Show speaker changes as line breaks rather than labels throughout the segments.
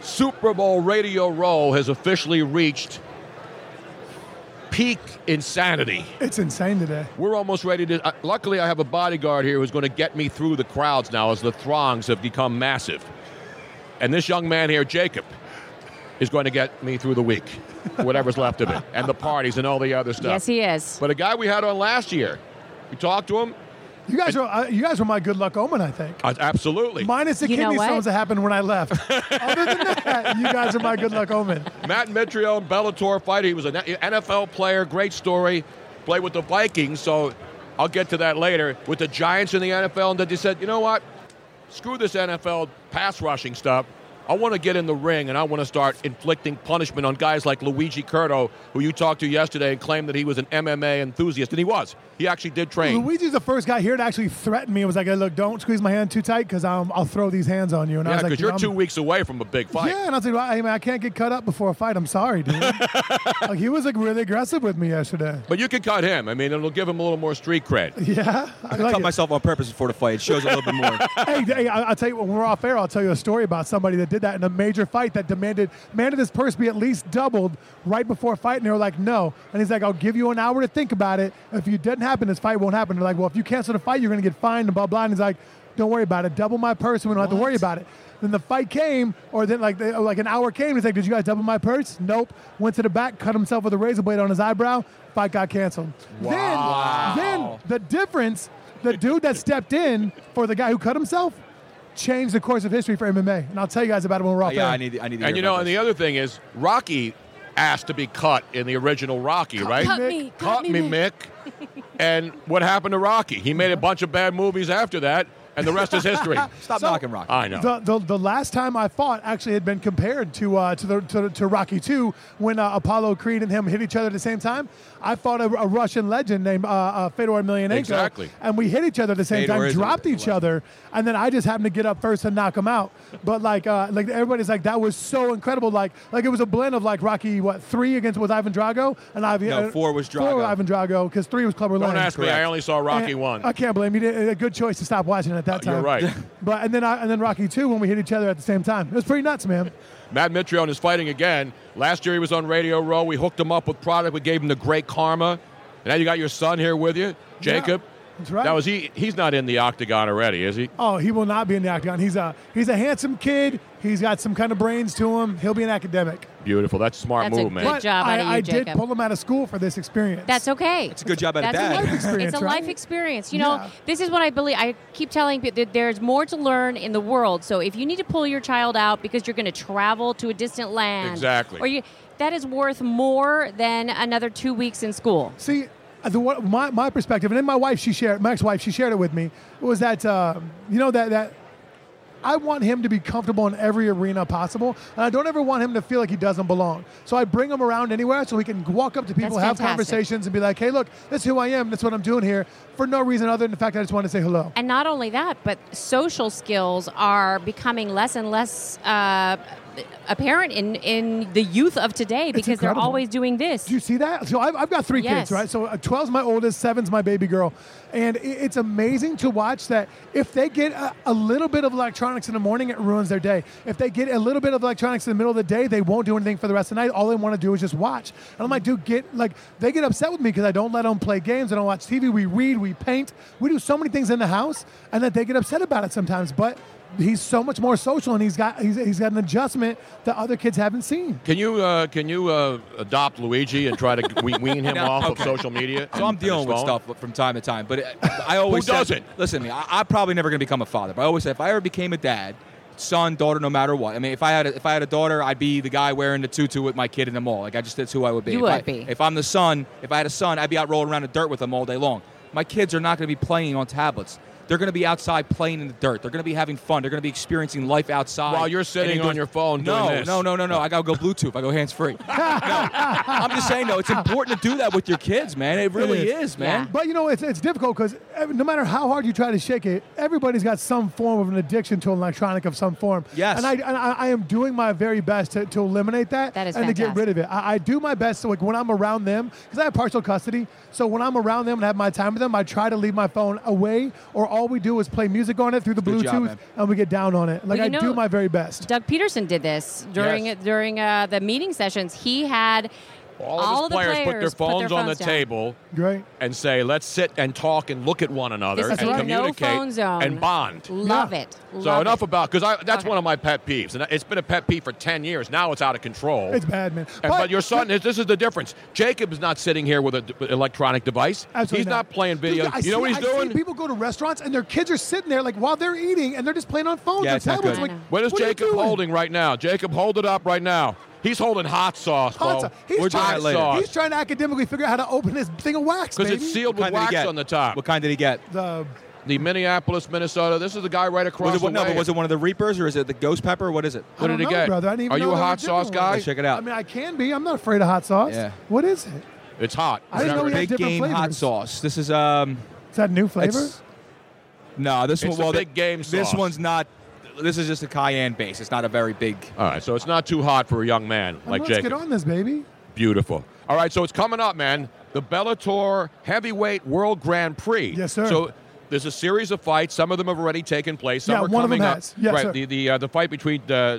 Super Bowl Radio Row has officially reached peak insanity.
It's insane today.
We're almost ready to. Uh, luckily, I have a bodyguard here who's going to get me through the crowds now as the throngs have become massive. And this young man here, Jacob, is going to get me through the week, whatever's left of it, and the parties and all the other stuff.
Yes, he is.
But a guy we had on last year, we talked to him.
You guys are uh, you guys were my good luck omen, I think.
uh, absolutely.
Minus the
You know
kidney
what?
stones that happened when I left. Other than that, you guys are my good luck omen.
Matt Mitrione, Bellator fighter. He was an NFL player. Great story. Played with the Vikings. So I'll get to that later. With the Giants in the NFL, and then they said, you know what? Screw this NFL pass rushing stuff. I want to get in the ring and I want to start inflicting punishment on guys like Luigi Curto, who you talked to yesterday and claimed that he was an MMA enthusiast. And he was. He actually did train.
Luigi's the first guy here to actually threaten me. It was like, "Hey, look, don't squeeze my hand too tight because I'll throw these hands on you. And I
yeah,
was
because
like,
you're
"Dude, I'm-
two weeks away from a big fight.
Yeah, and I was like, well, I, mean, I can't get cut up before a fight. I'm sorry, dude. like, he was like really aggressive with me yesterday.
But you can cut him. I mean, it'll give him a little more street cred.
Yeah, I like
Cut
it.
myself on purpose before the fight. It shows a little bit more.
hey, hey, I- I'll tell you when we're off air. I'll tell you a story about somebody that did that in a major fight that demanded demanded his purse be at least doubled right before a fight, and they were like, no. And he's like, I'll give you an hour to think about it. If it doesn't happen, this fight won't happen. They're like, well, if you cancel the fight, you're gonna get fined and blah blah. And he's like, don't worry about it. Double my purse, and we don't have to worry about it. Then the fight came, or then like they, like an hour came. He's like, did you guys double my purse? Nope. Went to the back, cut himself with a razor blade on his eyebrow. Fight got canceled.
Wow.
Then, then the difference, the dude that stepped in for the guy who cut himself changed the course of history for MMA. And I'll tell you guys about it when we're off
yeah,
air.
I need. I need.
And
To hear
you know,
about
and
this.
the other thing is, Rocky asked to be cut in the original Rocky, right?
cut me, cut
Cut
me,
Mick. and what happened to Rocky? He made a bunch of bad movies after that, and the rest is history.
Stop knocking rock.
I know.
The, the, the last time I fought actually had been compared to uh, to, the, to to Rocky Two when uh, Apollo Creed and him hit each other at the same time. I fought a, a Russian legend named uh, uh, Fedor Emelianenko,
Exactly.
and we hit each other at the same
Fedor
time,
is a
dropped each
legend.
other, and then I just happened to get up first and knock him out. But like uh, like everybody's like that was so incredible. Like like it was a blend of like Rocky what three against was Ivan Drago and Ivan uh,
No, four was
four
Drago.
Ivan Drago because three was Clubber
Don't
Lang.
ask me. I
correct.
only saw Rocky
And
one.
I can't blame you. Did- A good choice to stop watching at that time.
You're right.
But and then I, and then Rocky two when we hit each other at the same time. It was pretty nuts, man.
Matt Mitrione is fighting again. Last year he was on Radio Row. We hooked him up with product. We gave him the great karma. And now you got your son here with you, Jacob.
that's right.
Now is he? He's not in the octagon already, is he?
Oh, he will not be in the octagon. He's a he's a handsome kid. He's got some kind of brains to him. He'll be an academic.
Beautiful. That's a smart
That's a
move, man.
good-
But
job
I,
out of you,
I did
Jacob.
pull him out of school for this experience.
That's okay. It's
a good job out of
That's A
dad.
life
experience,
It's a
right?
life experience. You know,
Yeah.
this is what I believe. I keep telling people that there's more to learn in the world. So if you need to pull your child out because you're going to travel to a distant land,
Exactly.
or you, that is worth more than another two weeks in school.
See, the, what, my, my perspective, and then my wife, she shared, my ex-wife, she shared it with me, was that, uh, you know, that, that I want him to be comfortable in every arena possible, and I don't ever want him to feel like he doesn't belong. So I bring him around anywhere so he can walk up to people,
That's
have
fantastic.
conversations, and be like, hey, look, this is who I am, this is what I'm doing here, for no reason other than the fact I just want to say hello.
And not only that, but social skills are becoming less and less uh, apparent in, in the youth of today because they're
incredible.
always doing this.
Do you see that? So I've, I've got three
Yes.
kids, right? So uh, 12's my oldest, 7's my baby girl. And i- it's amazing to watch that if they get a, a little bit of electronics in the morning, it ruins their day. If they get a little bit of electronics in the middle of the day, they won't do anything for the rest of the night. All they want to do is just watch. And I'm like, dude, get, like, they get upset with me because I don't let them play games. I don't watch TV. We read, we paint. We do so many things in the house and that they get upset about it sometimes. But he's so much more social and he's got, he's, he's got an adjustment that other kids haven't seen.
Can you uh, can you uh, adopt Luigi and try to we- wean him
No,
off
okay.
of social media?
So I'm
Um, and-
dealing
and
with
his phone?
stuff from time to time, but I I always
Who
said-
doesn't?
Listen to me. I, I'm probably never going to become a father, but I always say if I ever became a dad, son, daughter, no matter what. I mean, if I had a, if I had a daughter, I'd be the guy wearing the tutu with my kid in the mall. Like I just that's who I would be.
You
if
would
I,
be.
If I'm the son, if I had a son, I'd be out rolling around in the dirt with them all day long. My kids are not going to be playing on tablets. They're going to be outside playing in the dirt. They're going to be having fun. They're going to be experiencing life outside.
While you're
and
sitting
indoors.
on your phone doing
No,
this.
no, no, no, no. I gotta go Bluetooth. I go hands free. no, I'm just saying though, it's important to do that with your kids, man. It really
is.
is, man.
But you know, it's, it's difficult because no matter how hard you try to shake it, everybody's got some form of an addiction to an electronic of some form.
Yes.
And I, and I, I am doing my very best to, to eliminate that
That is
and to get
fantastic.
rid of it. I, I do my best to, like, when I'm around them, because I have partial custody. So when I'm around them and have my time with them, I try to leave my phone away or all we do is play music on it through the
Good
Bluetooth,
job, man.
and we get down on it. Like
Well, you
I
know-
do my very best.
Doug Peterson did this during
Yes.
during uh, the meeting sessions. He had
All of his
the
players, put their phones on the
down.
table
Right?
and say, let's sit and talk and look at one another
This is
and
a
communicate
no-phone zone.
and bond.
Love
Yeah.
it.
so
Love
enough
it.
about because that's
Okay.
one of my pet peeves, and it's been a pet peeve for ten years. Now it's out of control.
It's bad, man.
And, but, your son, is, this is the difference. Jacob's not sitting here with an electronic device.
Absolutely
he's not, playing video.
Dude, I
you
see-
know what he's
I see
doing?
people go to restaurants and their kids are sitting there like while they're eating and they're just playing on phones
Yeah,
or
it's not
tablets.
good.
Like,
What is
what are you
Jacob
doing?
holding right now? Jacob, hold it up right now. He's holding hot sauce,
Hot
Bo.
sauce. He's,
We're doing
trying,
that later.
he's trying to academically figure out how to open this thing of wax.
Because
baby.
it's sealed
What
with
kind did he
wax
get?
on the top.
What kind did he get?
The,
The Minneapolis, Minnesota. This is the guy right across
Was it
the
one, no,
way.
but was it one of the Reapers or is it the Ghost Pepper? What is it?
What did
I don't
he
know,
get?
brother. I didn't even
Are
know
you a
there were
hot sauce
different
guy?
ones.
Let's check it out.
I mean, I can be. I'm not afraid of hot sauce.
Yeah.
What is it?
It's hot.
I didn't know we had
Big
different
game hot
flavors.
sauce. This is um.
Is that new flavor?
It's- No, this
It's
one.
a
Well,
big game
This
sauce.
one's not. This is just a cayenne base. It's not a very big.
All right, so it's not too hot for a young man
Well,
like
let's
Jacob.
get on this, baby.
Beautiful. All right, so it's coming up, man. The Bellator Heavyweight World Grand Prix.
Yes, sir.
So there's a series of fights. Some of them have already taken place. Some
Yeah,
are
one of them
coming up.
has. Yes,
right.
sir.
The the uh, the fight between uh,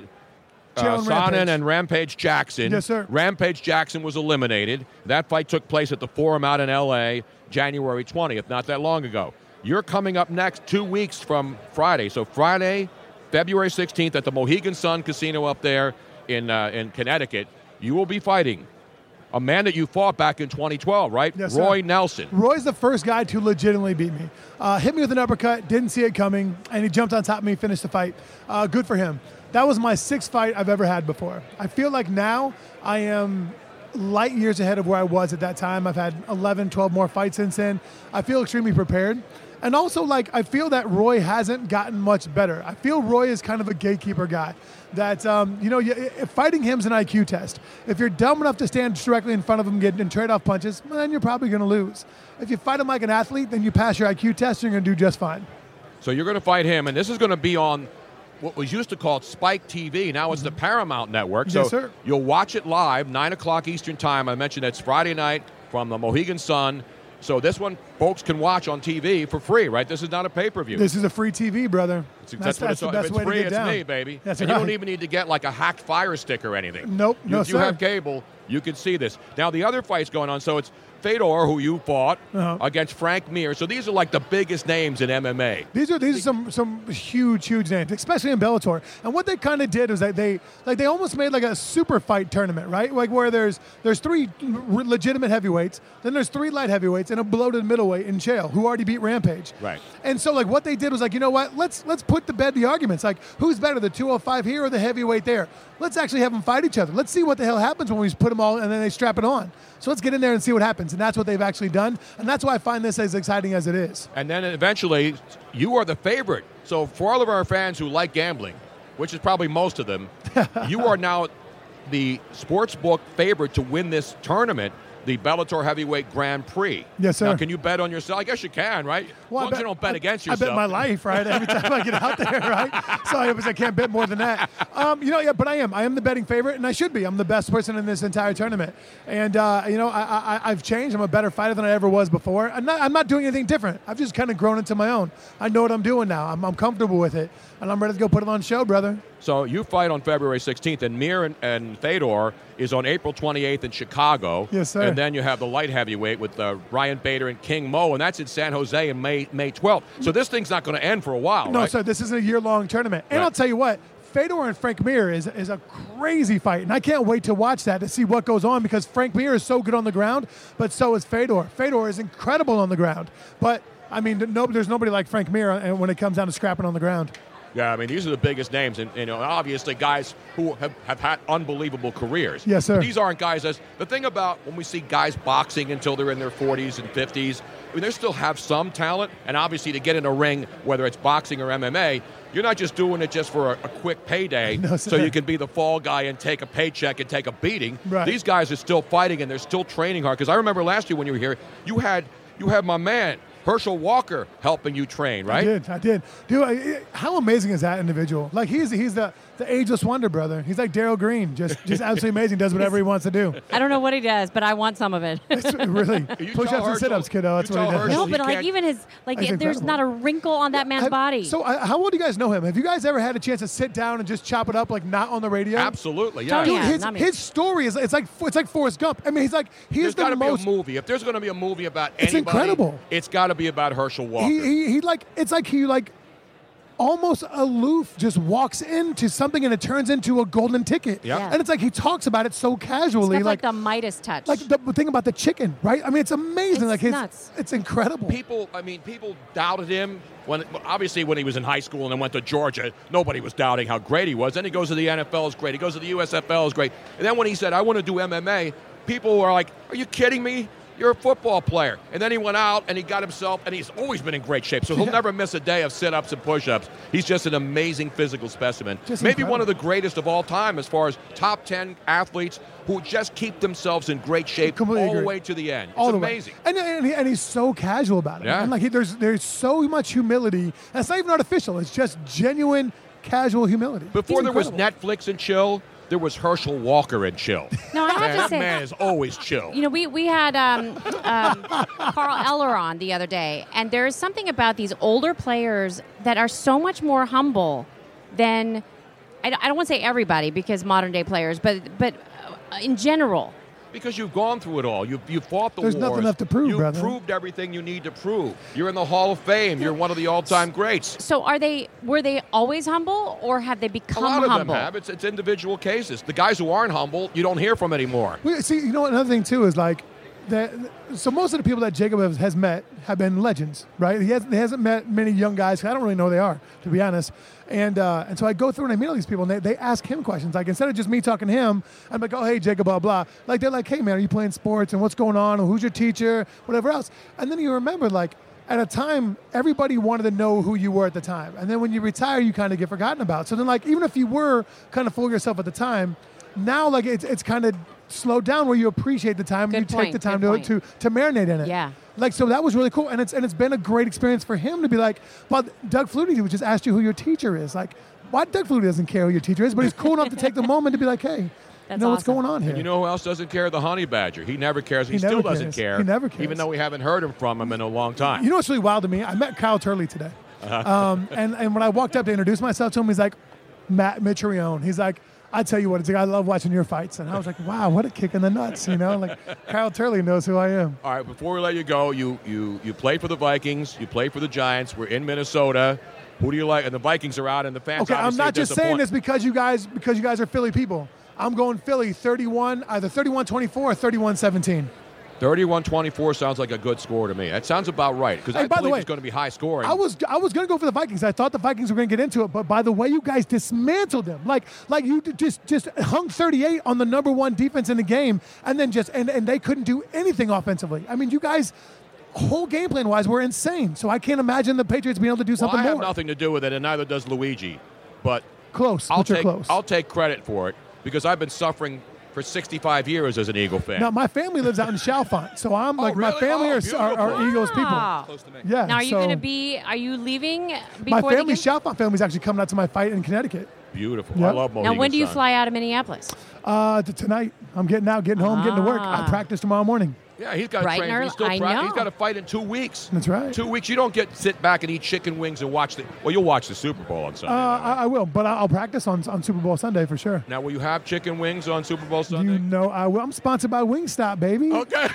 uh,
Jalen
Sonnen
Rampage.
and Rampage Jackson.
Yes, sir.
Rampage Jackson was eliminated. That fight took place at the Forum out in L.A. January 20th, not that long ago. You're coming up next two weeks from Friday. So Friday, February 16th at the Mohegan Sun Casino up there in uh, in Connecticut, you will be fighting a man that you fought back in 2012, right?
Yes, sir.
Roy Nelson.
Roy's the first guy to legitimately beat me. Uh, hit me with an uppercut, didn't see it coming, and he jumped on top of me, finished the fight. Uh, good for him. That was my sixth fight I've ever had before. I feel like now I am light years ahead of where I was at that time. I've had 11, 12 more fights since then. I feel extremely prepared. And also, like, I feel that Roy hasn't gotten much better. I feel Roy is kind of a gatekeeper guy. That, um, you know, you, i- fighting him's an IQ test. If you're dumb enough to stand directly in front of him getting and trade off punches, well, then you're probably going to lose. If you fight him like an athlete, then you pass your IQ test, you're going to do just fine.
So you're going to fight him, and this is going to be on what was used to called Spike TV. Now it's the Paramount Network. So
Yes, sir.
you'll watch it live, 9 o'clock Eastern Time. I mentioned that's Friday night from the Mohegan Sun. So this one, folks can watch on TV for free, right? This is not a pay per view.
This is a free TV, brother.
That's, what it's all- if it's free, it's me, baby.
That's
and
right.
you don't even need to get like a hacked fire stick or anything.
Nope,
You,
no,
If you have
sir.
cable, you can see this. Now the other fight's going on, so it's Fedor who you fought
Uh-huh.
against Frank Mir. So these are like the biggest names in MMA.
These are these are some some huge huge names, especially in Bellator. And what they kind of did was that they like they almost made like a super fight tournament, right? Like where there's there's three r- legitimate heavyweights, then there's three light heavyweights, and a bloated middleweight in Chael who already beat Rampage.
Right.
And so like what they did was like you know what let's let's put to bed the arguments like who's better the 205 here or the heavyweight there. Let's actually have them fight each other. Let's see what the hell happens when we put them all and then they strap it on. So let's get in there and see what happens. And that's what they've actually done. And that's why I find this as exciting as it is.
And then eventually, you are the favorite. So for all of our fans who like gambling, which is probably most of them, you are now the sports book favorite to win this tournament, the Bellator Heavyweight Grand Prix.
Yes, sir.
Now, can you bet on yourself? I guess you can, right?
Well,
as long as you don't bet
I-
against
I
yourself.
bet my life, right? Every time I get out there, right? So I obviously can't bet more than that. Um, you know, yeah, but I am. I am the betting favorite, and I should be. I'm the best person in this entire tournament. And uh, you know, I, I, I've changed. I'm a better fighter than I ever was before. I'm not. I'm not doing anything different. I've just kind of grown into my own. I know what I'm doing now. I'm, I'm comfortable with it, and I'm ready to go put it on show, brother.
So you fight on February 16th, and Mir and, and Fedor is on April 28th in Chicago.
Yes, sir.
And then you have the light heavyweight with uh, Ryan Bader and King Mo, and that's in San Jose in May May 12th. So this thing's not going to end for a while,
Mm. No,
right?
sir, this isn't a year long tournament. And
Right.
I'll tell you what, Fedor and Frank Mir is, is a crazy fight. And I can't wait to watch that to see what goes on because Frank Mir is so good on the ground, but so is Fedor. Fedor is incredible on the ground. But, I mean, no, there's nobody like Frank Mir uh, when it comes down to scrapping on the ground.
Yeah, I mean, these are the biggest names, and, and obviously guys who have, have had unbelievable careers.
Yes, sir.
But these aren't guys that's the thing about when we see guys boxing until they're in their 40s and 50s, I mean, they still have some talent, and obviously to get in a ring, whether it's boxing or MMA, you're not just doing it just for a, a quick payday
No,
so
sir.
you can be the fall guy and take a paycheck and take a beating.
Right.
These guys are still fighting and they're still training hard. Because I remember last year when you were here, you had you had my man Herschel Walker helping you train, right?
I did. I did. Dude, I, it- how amazing is that individual? Like he's he's the, the ageless wonder brother. He's like Daryl Green, just just absolutely amazing. Does whatever he wants to do.
I don't know what he does, but I want some of it.
It's really
You
push
tell
ups and
Herschel-
sit ups, kiddo. That's
you
what he
tell
does.
Herschel
no,
he
but like
can't-
even his like
That's
there's
incredible.
not a wrinkle on that man's
Have-
body.
So, uh, how well do you guys know him? Have you guys ever had a chance to sit down and just chop it up, like not on the radio?
Absolutely, yeah.
Tony
Dude,
Yeah,
his,
not me.
his story is it's like it's like Forrest Gump. I mean, he's like he
There's
is
got
the
to be a
most.
movie. If there's going to be a movie about
It's
anybody,
incredible.
It's got to be about Herschel Walker.
He, he he like it's like he like almost aloof just walks into something and it turns into a golden ticket.
Yep. Yeah.
And it's like he talks about it so casually,
Stuff
like
like, the Midas touch.
like the thing about the chicken, right? I mean, it's amazing.
It's
like his,
nuts.
it's incredible.
people i mean people doubted him when obviously when he was in high school and then went to georgia nobody was doubting how great he was then he goes to the nfl is great he goes to the usfl is great and then when he said i want to do mma people were like are you kidding me you're a football player and then he went out and he got himself and he's always been in great shape so he'll
Yeah.
never miss a day of sit-ups and push-ups he's just an amazing physical specimen
Just
maybe
incredible.
one of the greatest of all time as far as top 10 athletes who just keep themselves in great shape
Completely
all the
agree.
way to the end it's
all the
amazing
way. And, and, he, and he's so casual about it.
Yeah.
man. like he, there's there's so much humility. That's not even artificial. It's just genuine casual humility.
Before
It's
there was
incredible.
Netflix and chill, there was Herschel Walker and chill.
No, I have
Man,
to
that
say- uh,
man is always chill.
You know, we we had um, um, Carl Eller on the other day, and there is something about these older players that are so much more humble than I, don't- I don't want to say everybody because modern day players, but but uh, in general,
because you've gone through it all. You've, you've fought the
There's
wars.
nothing left to prove,
You've
brother.
proved everything you need to prove. You're in the Hall of Fame. You're one of the all-time greats.
so are they? Were they always humble, or have they
A
become
lot of
humble?
them have. It's, it's individual cases. The guys who aren't humble, you don't hear from anymore.
We, see, you know, another thing too is like that. So most of the people that Jacob has, has met have been legends, right? He hasn't, he hasn't met many young guys. 'cause I don't really know who they are, to be honest. And uh, and so I go through and I meet all these people, and they, they ask him questions. Like instead of just me talking to him, I'm like, oh hey Jacob, blah blah. Like they're like, hey man, are you playing sports? And what's going on? And who's your teacher? Whatever else. And then you remember like. At a time, everybody wanted to know who you were at the time. And then when you retire, you kind of get forgotten about. So then, like, even if you were kind of full of yourself at the time, now like it's it's kind of slowed down where you appreciate the time
Good
and you
point,
take the time
good
to,
point.
to to marinate in it.
Yeah.
Like so that was really cool and it's and it's been a great experience for him to be like, well, Doug Flutie just asked you who your teacher is. Like, why Doug Flutie doesn't care who your teacher is, but he's cool enough to take the moment to be like, hey, you
That's
know what's
awesome.
going on here.
You know who else doesn't care? The honey badger. He never cares. He,
He
still
never
doesn't
cares.
care.
He never cares.
Even though we haven't heard him from him in a long time.
You know what's really wild to me? I met Kyle Turley today.
Uh-huh.
Um, and, and when I walked up to introduce myself to him, he's like, Matt Mitrione. He's like, I tell you what, it's like, I love watching your fights. And I was like, wow, what a kick in the nuts, you know? Like, Kyle Turley knows who I am.
All right, before we let you go, you you you played for the Vikings, you played for the Giants. We're in Minnesota. Who do you like? And the Vikings are out, and the fans.
Okay, I'm
obviously are
not just saying this
disappointed.
because you guys because you guys are Philly people. I'm going Philly 31, either 31 24 or 31 17.
31-24 sounds like a good score to me. That sounds about right because
Hey,
I
by the
believe
way,
it's going to be high scoring.
I was I was gonna go for the Vikings. I thought the Vikings were gonna get into it, but by the way, you guys dismantled them. Like like you d- just just hung 38 on the number one defense in the game, and then just and and they couldn't do anything offensively. I mean, you guys. Whole game plan wise, were insane. So I can't imagine the Patriots being able to do
well,
something
I have
more.
nothing to do with it, and neither does Luigi. But
Close,
I'll
but you're
take
close.
I'll take credit for it because I've been suffering for 65 years as an Eagle fan.
now my family lives out in Chalfont, so I'm
Oh,
like my
really?
family
Oh,
are, are, are
beautiful.
Eagles
Wow.
people.
Close to me.
Yeah.
Ah. Now, are you
so-
going to be? Are you leaving
My
before the
family,
game?
Chalfont family's actually coming out to my fight in Connecticut.
Beautiful. I
Yep.
love Mohegan
Now, when do you
Sun.
fly out of Minneapolis?
Uh, t- tonight, I'm getting out, getting home, getting to work. I
Ah.
practice tomorrow morning.
Yeah, he's got to
Right
train.
in early-
he's still
I
practicing.
know.
He's got to fight in two weeks.
That's right.
Two weeks. You don't get sit back and eat chicken wings and watch the. Well, you'll watch the Super Bowl on Sunday.
Uh,
no
I,
way.
I will, but I- I'll practice on, on Super Bowl Sunday for sure.
now, will you have chicken wings on Super Bowl Sunday?
You know I will. I'm sponsored by Wingstop, baby.
okay.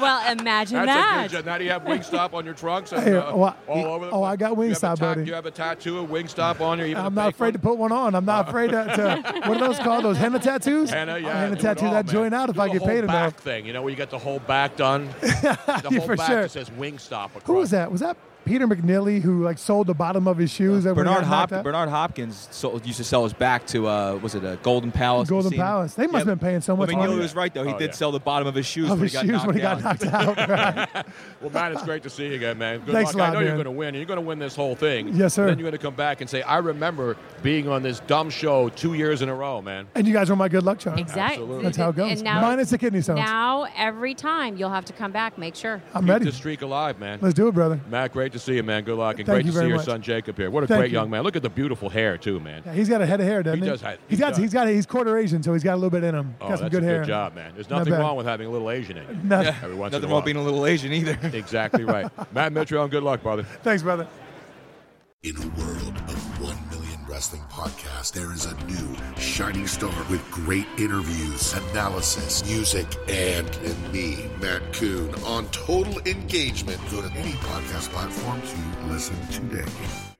Well, imagine
That's
that.
a good job. Now do you have Wingstop on your trunks and,
Hey,
uh,
oh, I-
all over the
oh, I got
You have a
Wingstop,
tat-
buddy.
You have a tattoo of Wingstop on your. Even
I'm not afraid to put one on. I'm not afraid to, to what are those called? Those henna tattoos?
Henna, yeah,
I'll henna
do it
tattoo
all,
that
Oh, man.
joint out if
Do
I
the
get
whole
paid
back
enough.
Thing, you know, where you get the whole back done. The whole
for
back
sure.
just says Wingstop. Across.
Who was that? Was that Peter McNilly who like sold the bottom of his shoes. that when he
Bernard
got knocked
Hop-
out?
Bernard Hopkins sold, used to sell his back to uh, was it a Golden Palace?
Golden
casino?
Palace. They must have been paying so much
But
money.
McNeely was right though. He
Oh, yeah.
did sell the bottom of his shoes
Of
when
his
he got
shoes
knocked
when he
down.
got knocked out. Right.
Well, Matt, it's great to see you again, man. Good
Thanks
luck.
a
I
lot,
know you're
man.
going to win. and You're going to win this whole thing.
Yes, sir.
And then you're going to come back and say, "I remember being on this dumb show two years in a row, man."
and you guys were my good luck charm.
Exactly.
Absolutely.
That's how it goes.
And now,
Minus the kidney stones.
Now, every time you'll have to come back, make sure.
I'm
Keep
ready.
the streak alive, man.
Let's do it, brother.
Matt, great to see you, man. Good luck, and
Thank
great
you
to see
very
your
much.
son Jacob here. What a
Thank
great
you.
young man! Look at the beautiful hair too, man.
Yeah, He's got a head of hair, doesn't
He
he?
does ha- he
He's got
does.
he's got he's quarter Asian, so he's got a little bit in him.
Oh,
got some
that's
good
a
hair.
good job, man. There's nothing
bad.
wrong with having a little Asian in you.
No.
Every once in
Nothing
a
wrong
while.
with being a little Asian either.
exactly right. Matt Mitrione, good luck, brother.
Thanks, brother.
In a world of 1 million wrestling podcasts, there is a new shining star with great interviews, analysis, music, and, and me, Matt Coon, on total engagement. Go to any podcast platform to listen today.